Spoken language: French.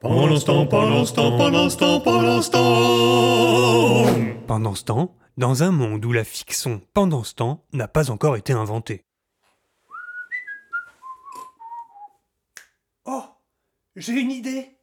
Pendant ce temps, pendant ce temps, pendant ce temps, pendant ce temps Pendant ce temps, dans un monde où la fiction pendant ce temps n'a pas encore été inventée. Oh J'ai une idée